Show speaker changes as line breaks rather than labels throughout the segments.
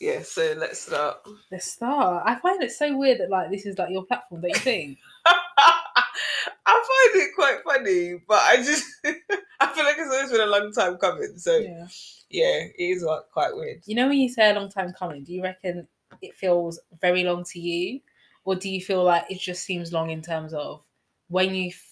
Yeah, so let's start.
The star. I find it so weird that like this is like your platform, don't you think?
I find it quite funny, but I just I feel like it's always been a long time coming. So yeah,
yeah.
it is like, quite weird.
You know when you say a long time coming, do you reckon it feels very long to you, or do you feel like it just seems long in terms of when you f-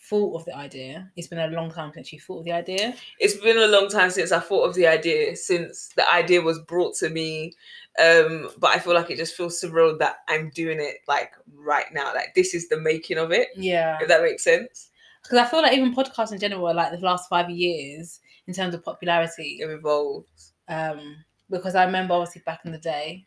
thought of the idea? It's been a long time since you thought of the idea.
It's been a long time since I thought of the idea, since the idea was brought to me. Um, but I feel like it just feels surreal that I'm doing it like right now. Like this is the making of it.
Yeah.
If that makes sense,
Because I feel like even podcasts in general, like the last five years in terms of popularity,
it evolves.
um, because I remember obviously back in the day,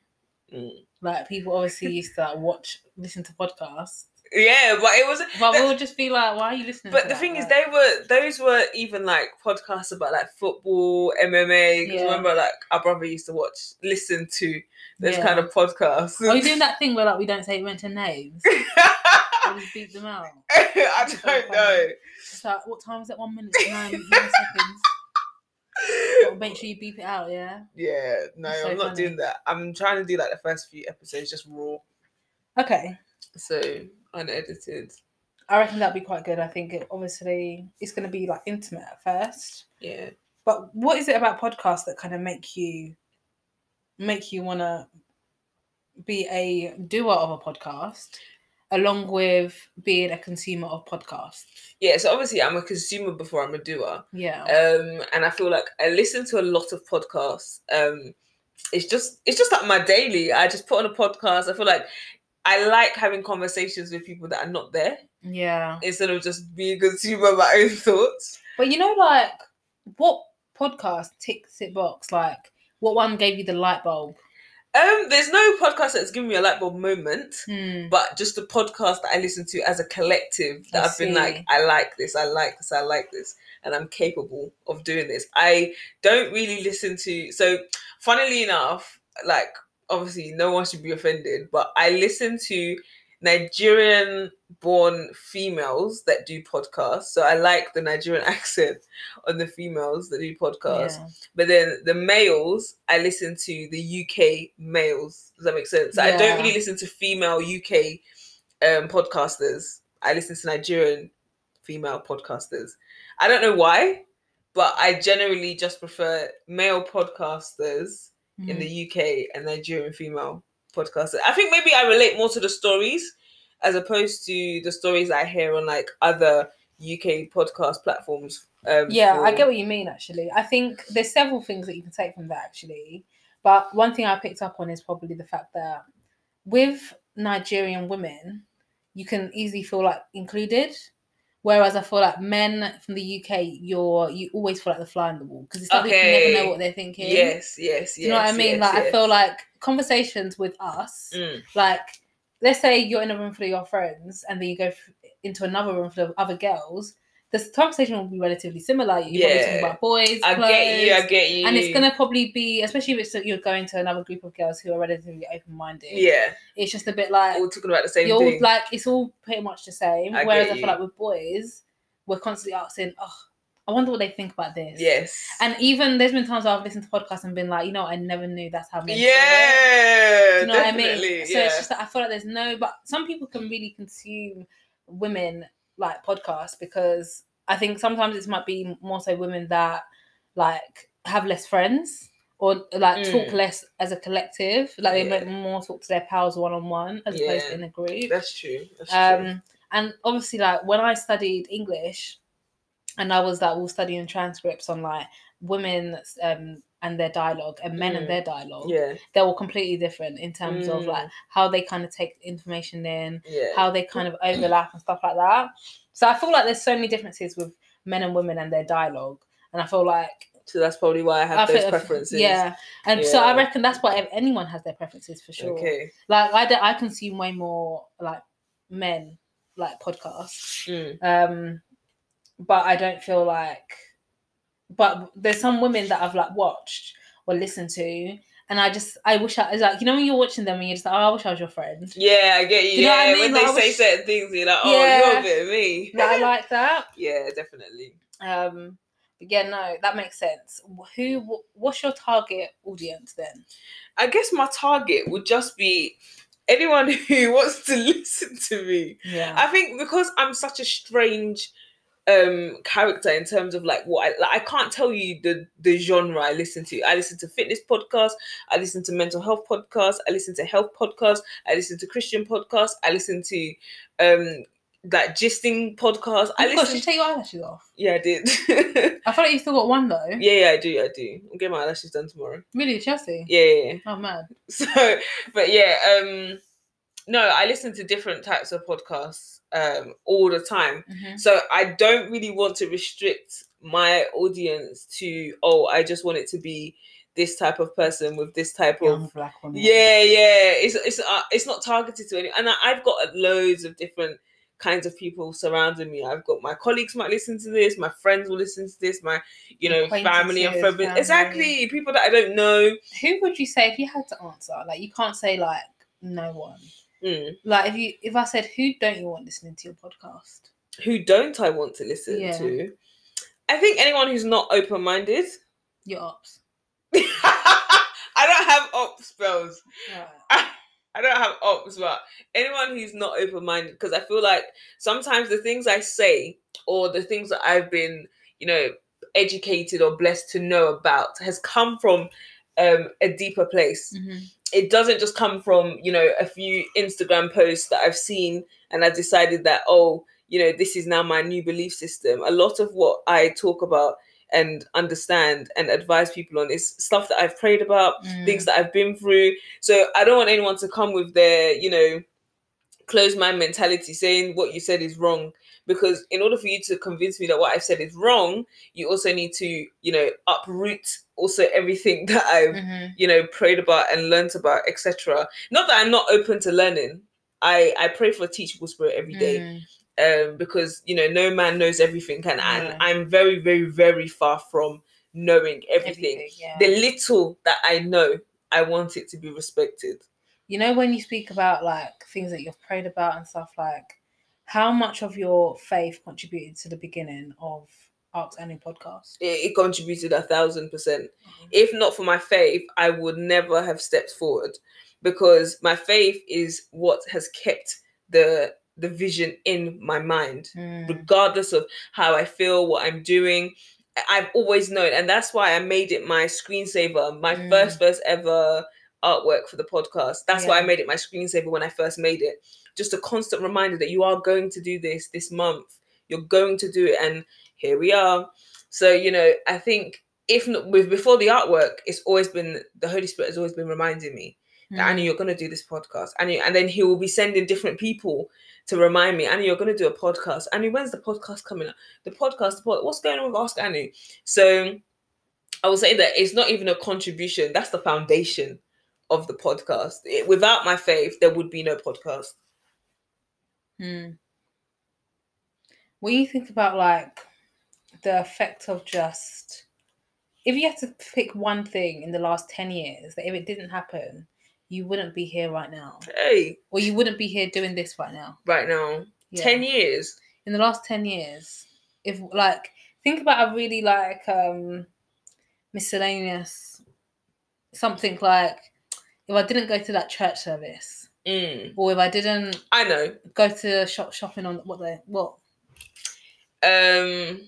Mm.
like people obviously used to like, watch, listen to podcasts,
Yeah, but it was
but
The-
we'll just be like, why are you listening?
But
to
the
that?
thing is,
Like,
they were those were even like podcasts about like football, MMA. 'cause
Yeah.
Remember, like our brother used to watch, listen to those
yeah. Oh,
kind of podcasts.
Are we doing that thing where like we don't say mention names? we just beat them out.
I don't know.
It's like, what time is that? One minute, nine, nine seconds. Gotta make sure you beep it out, yeah.
Yeah, no,
That's so
I'm not
funny.
doing that. I'm trying to do like the first few episodes just raw,
Okay,
so unedited.
I reckon that'd be quite good. I think it, obviously it's gonna be like intimate at first,
Yeah,
but what is it about podcasts that kind of make you make you wanna be a doer of a podcast, along with being a consumer of podcasts?
yeah. So obviously, I'm a consumer before I'm a doer.
Yeah,
um and i feel like i listen to a lot of podcasts um it's just it's just like my daily i just put on a podcast i feel like i like having conversations with people that are not there
yeah.
instead of just being a consumer of my own thoughts
But you know, like what podcast ticks it box? Like what one gave you the light bulb?
um there's no podcast that's given me a light bulb moment
Hmm.
but just the podcast that i listen to as a collective that
I
i've been like
see.
i like this i like this i like this and i'm capable of doing this i don't really listen to so funnily enough like obviously no one should be offended but i listen to nigerian born females that do podcasts so i like the nigerian accent on the females that do podcasts
Yeah.
but then the males i listen to the uk males does that make sense i
Yeah.
don't really listen to female uk um podcasters i listen to nigerian female podcasters i don't know why but i generally just prefer male podcasters in
Hmm.
the uk and nigerian female podcasters i think maybe i relate more to the stories as opposed to the stories i hear on like other uk podcast platforms um
Yeah, I
for-
get what you mean actually. I think there's several things that you can take from that actually. But one thing I picked up on is probably the fact that with Nigerian women, you can easily feel like included. Whereas I feel like men from the UK, you're you always feel like the fly on the wall because it's like you never
Okay.
know what they're thinking.
Yes, yes, yes.
Do you know what I mean?
yes,
like I
yes.
feel like conversations with us,
Mm,
like let's say you're in a room full of your friends and then you go f- into another room full of other girls, this conversation will be relatively similar. You're probably talking
Yeah.
about boys,
I get you. I
clothes,
get you.
and it's gonna probably be, especially if it's that you're going to another group of girls who are relatively open minded.
Yeah,
it's just a bit like
we're talking about the same
you're all,
thing.
like it's all pretty much the same.
I
Whereas
get
I
you.
feel like with boys, we're constantly asking, "Oh, I wonder what they think about this."
yes.
And even there's been times where I've listened to podcasts and been like, you know, I never knew that's how men feel."
yeah,
Do you know what I
definitely.
mean? So
yeah.
it's just that I feel like there's no, but some people can really consume women like podcasts because I think sometimes it might be more so women that like have less friends or like talk
Mm.
less as a collective. Like they
Yeah.
might more talk to their pals one on one as opposed
Yeah.
to in a group.
that's true. That's true.
Um, and obviously, like when I studied English, and I was like, all studying transcripts on like women um, and their dialogue and men
Mm.
and their dialogue
Yeah, Mm.
they're all completely different in terms of like how they kind of take information in,
yeah.
how they kind of overlap and stuff like that. So I feel like there's so many differences with men and women and their dialogue. And I feel like
so that's probably why I have
I
those
think-
preferences.
Yeah. And so I
Yeah.
reckon that's why ev- anyone has their preferences for sure.
Okay.
Like I, d- I consume way more like men like podcasts.
Mm.
Um but I don't feel like but there's some women that I've like watched or listened to and I just I wish I it's like you know when you're watching them and you're just like, oh, I wish I was your friend.
Yeah, I get you.
Do you know
yeah,
what I mean?
when
Like,
they
I
say
wish-
certain things, you're like, oh,
Yeah.
you're a bit of me.
Like, I like that.
yeah, definitely.
Um, But yeah, no, that makes sense. Who? wh- What's your target audience then?
I guess my target would just be anyone who wants to listen to me.
Yeah.
I think because I'm such a strange um character in terms of like what I like, I can't tell you the the genre I listen to. I listen to fitness podcasts, I listen to mental health podcasts, I listen to health podcasts, I listen to Christian podcasts, I listen to um like gisting podcasts. I
Of course,
listen
you take your eyelashes off.
Yeah, I did.
I feel like you still got one though.
Yeah, yeah, I do, I do. I'm getting my eyelashes done tomorrow.
Really, Chelsea?
Yeah, yeah, yeah.
Oh man.
So, but yeah, um, no, I listen to different types of podcasts um all the time.
Mhm.
So I don't really want to restrict my audience to oh, I just want it to be this type of person with this type
Young
of
black woman.
yeah, yeah. It's it's uh, it's not targeted to any, and I, I've got loads of different kinds of people surrounding me. I've got my colleagues might listen to this, my friends will listen to this, my you know family and
Acquaintances,
friends.
family.
Exactly, people that I don't know.
Who would you say if you had to answer? Like, you can't say like no one.
Mm.
Like, if you if I said who don't you want listening to your podcast?
Who don't I want to listen
Yeah.
to? I think anyone who's not open minded.
Your ops.
I don't have op spells.
Right.
I don't have ops, but anyone who's not open minded, because I feel like sometimes the things I say or the things that I've been, you know, educated or blessed to know about has come from um, a deeper place.
Mhm.
It doesn't just come from, you know, a few Instagram posts that I've seen and I've decided that, oh, you know, this is now my new belief system. A lot of what I talk about and understand and advise people on is stuff that I've prayed about,
Mm.
things that I've been through. So I don't want anyone to come with their, you know, closed mind mentality saying what you said is wrong. Because in order for you to convince me that what I've said is wrong, you also need to, you know, uproot also everything that I've,
Mhm.
you know, prayed about and learnt about, etc. Not that I'm not open to learning. I, I pray for a teachable spirit every day
Mm.
um, because you know no man knows everything, and, and
Yeah.
I'm very, very, very far from knowing everything.
yeah.
The little that I know, I want it to be respected.
you know when you speak about like things that you've prayed about and stuff like how much of your faith contributed to the beginning of Arts and your podcast
It, it contributed a thousand percent. If not for my faith, I would never have stepped forward, because my faith is what has kept the the vision in my mind.
Mm.
regardless of how I feel, what I'm doing. I- I've always known, and that's why I made it my screensaver, my
Mm.
first first ever artwork for the podcast. That's why I
Yeah.
made it my screensaver when I first made it. Just a constant reminder that you are going to do this this month. You're going to do it, and here we are. So you know, I think if not with before the artwork, it's always been the Holy Spirit has always been reminding me that I
Mm.
knew you're gonna do this podcast. I knew, and then he will be sending different people to remind me, Annie, you're gonna do a podcast. Annie, when's the podcast coming up? The podcast, the pod- what's going on with Ask Annie? So I would say that it's not even a contribution, that's the foundation of the podcast. It- without my faith, there would be no podcast.
Mm. when you think about like the effect of just if you had to pick one thing in the last 10 years that if it didn't happen you wouldn't be here right now
Hey,
or you wouldn't be here doing this right now
right now,
Yeah.
10 years.
in the last 10 years if like think about a really like um miscellaneous something like if i didn't go to that church service
Mm,
or if i didn't
I know.
go to shop shopping on what the what
Um,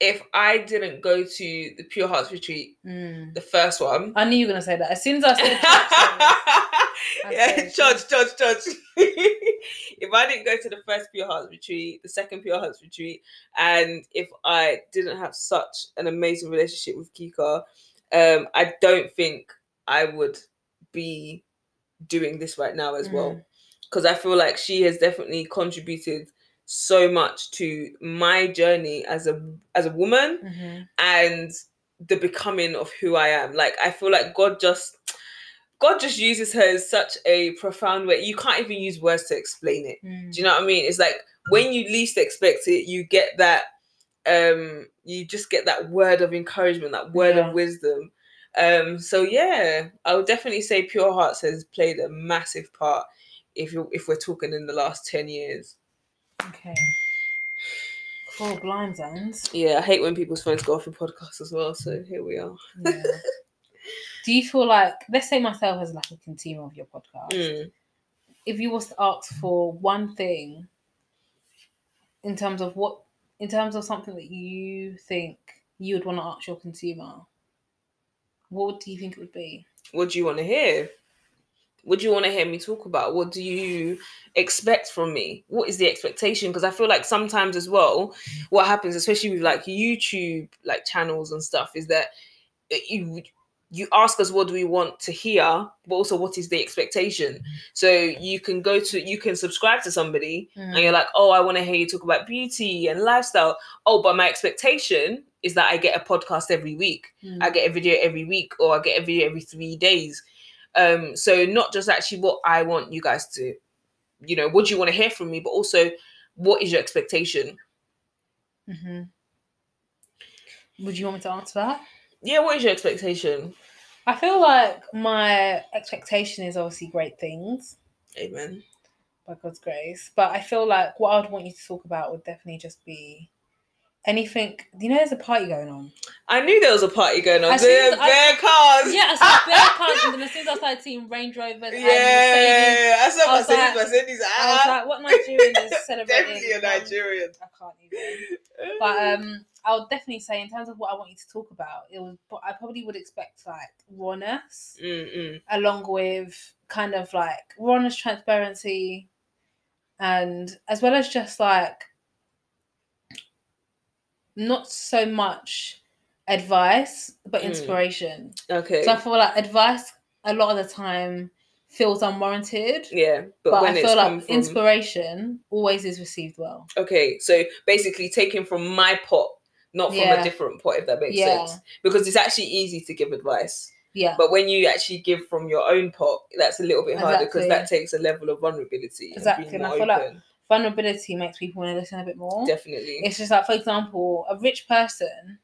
if I didn't go to the Pure Hearts Retreat,
mm.
the first one,
i knew you were going to say that as soon as i said church service, I
yeah,
said-
judge, judge, judge. if I didn't go to the first Pure Hearts retreat, the second Pure Hearts retreat, and if I didn't have such an amazing relationship with Kika, um, I don't think I would be doing this right now as well. Because I feel like she has definitely contributed so much to my journey as a as a woman
Mhm.
and the becoming of who I am. Like I feel like God just God just uses her in such a profound way. You can't even use words to explain it.
Mm.
Do you know what I mean? It's like when you least expect it, you get that um you just get that word of encouragement, that word
Yeah.
of wisdom. Um so yeah, I would definitely say Pure Hearts has played a massive part if you if we're talking in the last 10 years.
okay Oh, blind zones.
Yeah, I hate when people's phones go off in podcasts as well. So here we are.
Yeah. Do you feel like, let's say myself as like a consumer of your podcast,
Mm.
if you was to ask for one thing in terms of what, in terms of something that you think you would want to ask your consumer, what do you think it would be?
What do you want to hear? What do you want to hear me talk about? What do you expect from me? What is the expectation? Because I feel like sometimes as well, what happens, especially with like YouTube like channels and stuff, is that it- you you ask us what do we want to hear, but also what is the expectation. So you can go to you can subscribe to somebody
Mm,
and you're like, oh, I want to hear you talk about beauty and lifestyle. Oh, but my expectation is that I get a podcast every week.
Mm.
I get a video every week, or I get a video every three days. Um, so not just actually what I want you guys to, you know, what do you want to hear from me, but also what is your expectation?
Mhm. Would you want me to answer that?
Yeah, what is your expectation?
I feel like my expectation is obviously great things
Amen.
by God's grace, but I feel like what I would want you to talk about would definitely just be anything. You know, there's a party going on.
I knew there was a party going on.
As soon
There
as I-
bare cars.
Yeah, I saw bare cars, and then as soon as I started seeing Range Rovers, and Mercedes,
yeah. I saw
I was
Mercedes.
like-
Mercedes.
I was
Ah,
like, what Nigerian is celebrating?
definitely a
um,
Nigerian.
I can't even. But um, I would definitely say in terms of what I want you to talk about, it was. But I probably would expect like rawness.
Mm-mm.
along with kind of like Ron's transparency and as well as just like not so much advice but
Mm.
inspiration.
Okay.
So I feel like advice a lot of the time feels unwarranted.
yeah, but,
But,
when
I
it's
feel
come
like
from
inspiration always is received well.
Okay, so basically taking from my pot, not from a
Yeah.
different pot, if that makes
Yeah.
sense. Because it's actually easy to give advice.
Yeah.
But when you actually give from your own pot, that's a little bit harder because
Exactly.
that takes a level of vulnerability.
Exactly, and I feel like- Vulnerability makes people want to listen a bit more.
Definitely.
It's just like, for example, a rich person,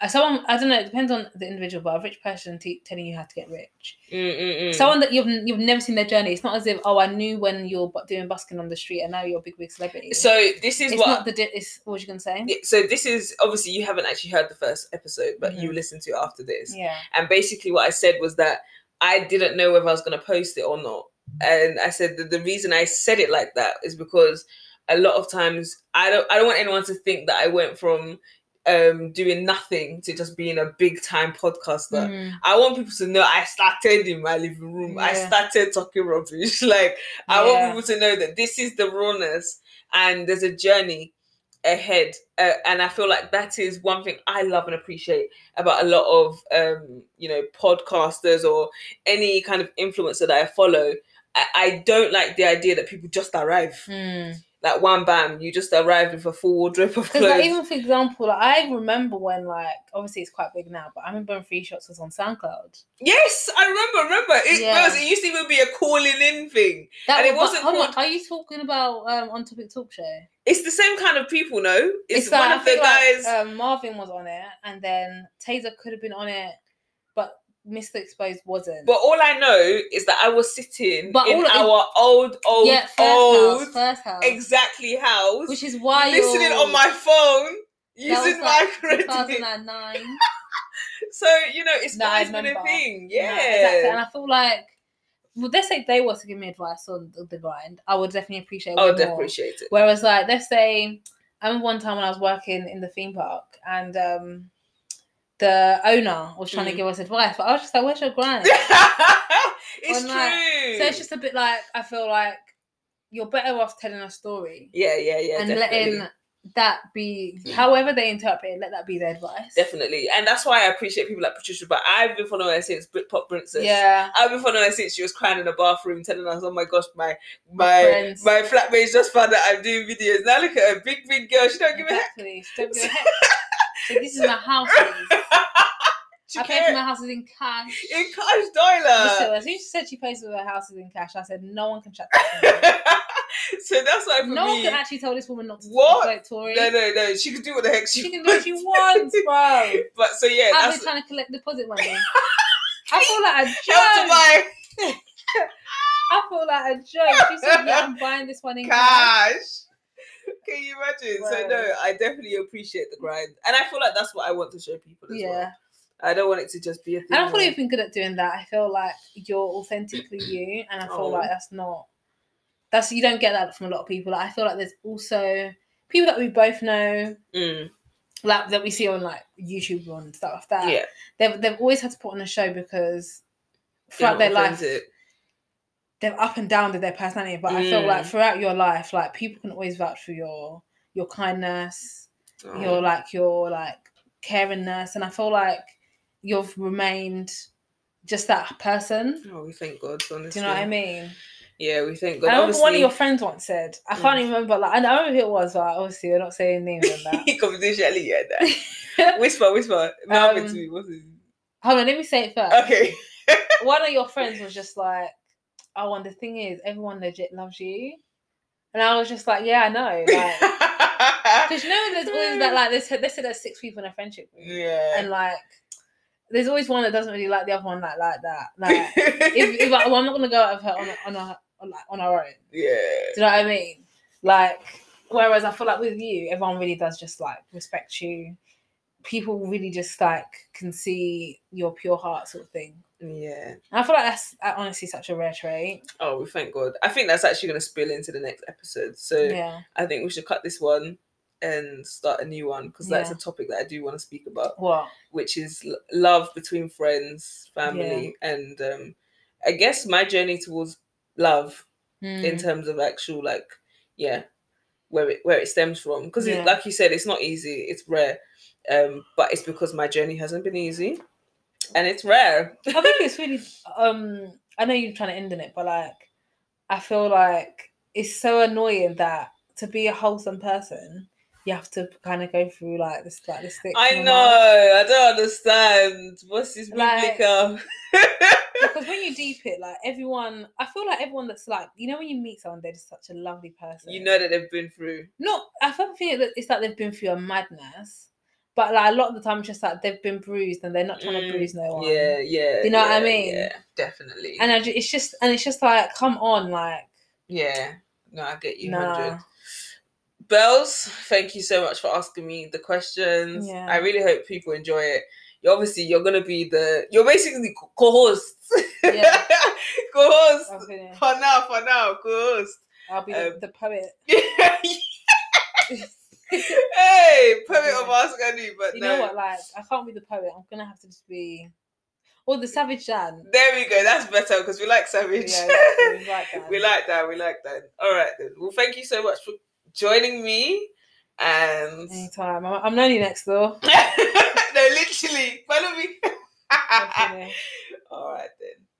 uh, someone I don't know, it depends on the individual, but a rich person te- telling you how to get rich,
Mm-mm-mm.
someone that you've you've never seen their journey. It's not as if oh, I knew when you're bu- doing busking on the street and now you're a big big celebrity.
so this is
it's
what
not the di- it's what was you gonna say?
Yeah, so this is obviously you haven't actually heard the first episode, but
Mm-hmm.
you listen to it after this.
Yeah,
And basically, what I said was that I didn't know whether I was going to post it or not. And I said that the reason I said it like that is because a lot of times I don't I don't want anyone to think that I went from um, doing nothing to just being a big time podcaster.
Mm,
I want people to know I started in my living room. I
Yeah.
started talking rubbish. Like I want
Yeah.
people to know that this is the rawness and there's a journey ahead. Uh, and I feel like that is one thing I love and appreciate about a lot of um, you know podcasters or any kind of influencer that I follow. I, I don't like the idea that people just arrive.
mm.
Like one bam, you just arrived with a full wardrobe of
'Cause,
clothes.
like, even for example, like, I remember when like obviously it's quite big now, but I remember when Free Shots was on SoundCloud.
yes, I remember, remember. It
Yeah.
was it used to even be a calling in thing.
That
And it
was-
wasn't
hold on,
called-
Are you talking about um, on Topic Talk Show?
It's the same kind of people, no? It's,
like,
one
I
of the
feel like,
guys.
um, Marvin was on it, and then Taser could have been on it, but Mr. Exposed wasn't.
but all I know is that I was sitting
But
in
all it-
our old, old,
yeah, first
old,
house, first house,
exactly house.
which is why
listening on my phone
That
using
was like
my credit.
2009.
So you know, it's
No, I
always been a
remember.
thing.
You know,
Yeah.
exactly. And I feel like, well, let's say they were to give me advice on the, the grind, I would definitely appreciate. it
I
way
would
more.
appreciate Oh, it.
Whereas, like, let's say, I remember one time when I was working in the theme park and um, the owner was trying
Mm.
to give us advice, but I was just like, "Where's your grind?"
it's
On,
true.
like- So it's just a bit like I feel like you're better off telling a story
yeah, yeah, yeah.
and
definitely. Hmm.
letting that be however they interpret it, let that be their advice.
definitely, and that's why I appreciate people like Patricia. But I've been following her since Britpop Princess.
Yeah.
I've been following her since she was crying in the bathroom, telling us, "Oh my gosh, my
My
my
friends.
my flatmates just found out I'm doing videos." Now look at her, big big girl. She don't give a heck.
Exactly. She Don't give a heck. So this is my house. I
She
paid for
can't. Uh,
my houses in cash.
In Cash Doyler.
Listen, as soon as she said she pays for her houses in cash, I said no one can shut that down.
so that's why for
No one
me,
can actually tell this woman not to
What?
vote Tory.
no, no, no. She can do what the heck she,
She can do what she wants, bro.
But so yeah,
I've
that's
been trying to collect deposit money. I feel like a
help to
joke.
buy
I feel like a joke. She said, "Yeah, I'm buying this one in cash."
cash. Can you imagine? So no, I definitely appreciate the grind, and I feel like that's what I want to show people. As
yeah.
well. I don't want it to just be a thing.
And I feel
where-
like you've been good at doing that. I feel like you're authentically you, and I feel
Oh.
like that's not that's you don't get that from a lot of people. Like, I feel like there's also people that we both know,
Mm,
like that we see on like YouTube and stuff that
yeah,
they've they've always had to put on a show because
you're
throughout
not
their life
authentic.
they've up and down with their personality. But I feel like
Mm.
throughout your life, like people can always vouch for your your kindness,
Oh,
your like your like caringness, and I feel like you've remained just that person.
oh, we thank God. Honestly,
Do you know what I mean?
Yeah, we thank
I
God.
remember one of
Obviously- Mm.
your friends once said, I can't even remember, like, I don't remember who it was, but obviously you're not saying names on that.
confidentially, yeah. That. whisper, whisper. Now it's
Um,
me. What's it?
Hold on, let me say it first.
Okay.
One of your friends was just like, Oh, and the thing is, everyone legit loves you. And I was just like, Yeah, I know. Like, because you know, there's always that, like, there's, they said there's six people in a friendship group.
yeah.
And, like, there's always one that doesn't really like the other one, like, like that. Like, if, if I, well, I'm not going to go out with her on, on, her, on, like, on our own.
yeah.
Do you know what I mean? Like, whereas I feel like with you, everyone really does just like respect you. People really just like can see your pure heart sort of thing.
Yeah.
And I feel like that's uh, honestly such a rare trait.
Oh, we thank God. I think that's actually going to spill into the next episode. So
Yeah.
I think we should cut this one and start a new one because that's a topic that I do want to speak about,
What?
which is l- love between friends, family, and um, I guess my journey towards love
Mm.
in terms of actual like yeah where it where it stems from because
Yeah.
like you said it's not easy it's rare um but it's because my journey hasn't been easy and it's rare
I think it's really. Um, I know you're trying to end in it, but like, I feel like it's so annoying that to be a wholesome person, you have to kind of go through like this, like this. thick
i
trauma.
know i don't understand what's this
Like-
biblical
because when you deep it, like everyone, I feel like everyone that's like, you know, when you meet someone, they're just such a lovely person.
you know that they've been through
not. I don't feel that it's like they've been through a madness, but like a lot of the time, it's just like they've been bruised and they're not trying
Mm,
to bruise no one.
yeah yeah
You know what I
yeah,
mean?
yeah definitely
And I ju- it's just, and it's just like, come on, like,
yeah no i get you
Nah.
100 Bells, thank you so much for asking me the questions.
Yeah.
I really hope people enjoy it. You obviously you're gonna be the you're basically co- co-host.
Yeah.
co-host.
I'm finished.
For now, for now, co-host.
I'll be the,
Um,
the poet. you
hey, poet
Yeah.
of Ask Annie, but no.
know what? Like, I can't be the poet. I'm gonna have to just be, or the savage Jan.
There we go, that's better because we like Savage.
Yeah, exactly, we like
we like
that.
that, we like that. Alright then. Well thank you so much for joining me and
Anytime. I'm, I'm lonely next door.
No, literally, follow me.
I'm finished.
All right then.